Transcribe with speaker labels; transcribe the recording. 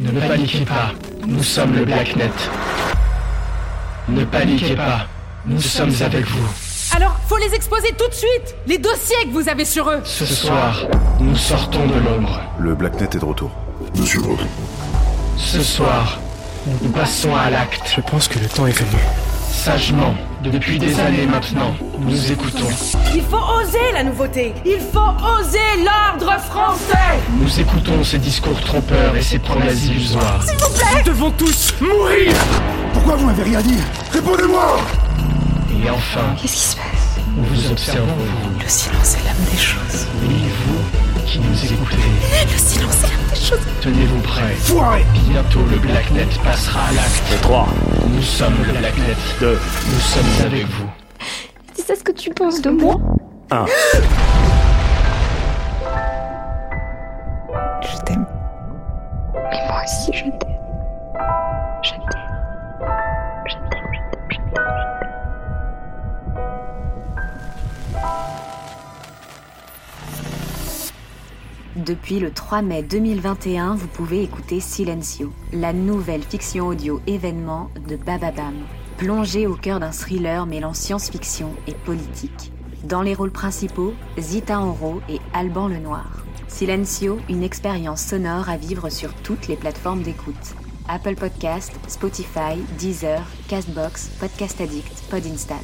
Speaker 1: Ne, ne paniquez pas, nous sommes le Blacknet. Ne paniquez pas, nous sommes avec vous.
Speaker 2: Alors, faut les exposer tout de suite Les dossiers que vous avez sur eux
Speaker 1: Ce soir, nous sortons de l'ombre.
Speaker 3: Le Blacknet est de retour.
Speaker 4: Monsieur Rogue.
Speaker 1: Ce soir, nous passons à l'acte.
Speaker 5: Je pense que le temps est venu.
Speaker 1: Sagement, depuis des années maintenant, nous écoutons.
Speaker 2: Il faut oser la nouveauté Il faut oser l'ordre français
Speaker 1: Nous écoutons ces discours trompeurs et ces promesses illusoires.
Speaker 2: S'il vous plaît
Speaker 1: Nous devons tous mourir
Speaker 4: Pourquoi vous m'avez rien dit Répondez-moi
Speaker 1: Et enfin...
Speaker 6: Qu'est-ce qui se passe
Speaker 1: Nous vous observons, vous.
Speaker 6: Le silence est l'âme des choses.
Speaker 1: Et vous, qui nous écoutez...
Speaker 6: Le silence est l'âme des choses.
Speaker 1: Tenez-vous prêts.
Speaker 4: Foiré
Speaker 1: Bientôt le Blacknet passera à l'acte.
Speaker 3: 3,
Speaker 1: Nous sommes le Blacknet.
Speaker 3: 2,
Speaker 1: Nous sommes avec vous.
Speaker 6: C'est ça ce que tu penses de moi
Speaker 3: 1.
Speaker 6: Je t'aime. Mais moi aussi, je t'aime. Je t'aime. Je t'aime, je t'aime, je t'aime, je t'aime.
Speaker 7: Depuis le 3 mai 2021, vous pouvez écouter Silencio, la nouvelle fiction audio événement de Bababam. Plongé au cœur d'un thriller mêlant science-fiction et politique. Dans les rôles principaux, Zita Enro et Alban Lenoir. Silencio, une expérience sonore à vivre sur toutes les plateformes d'écoute. Apple Podcast, Spotify, Deezer, Castbox, Podcast Addict, Podinstall.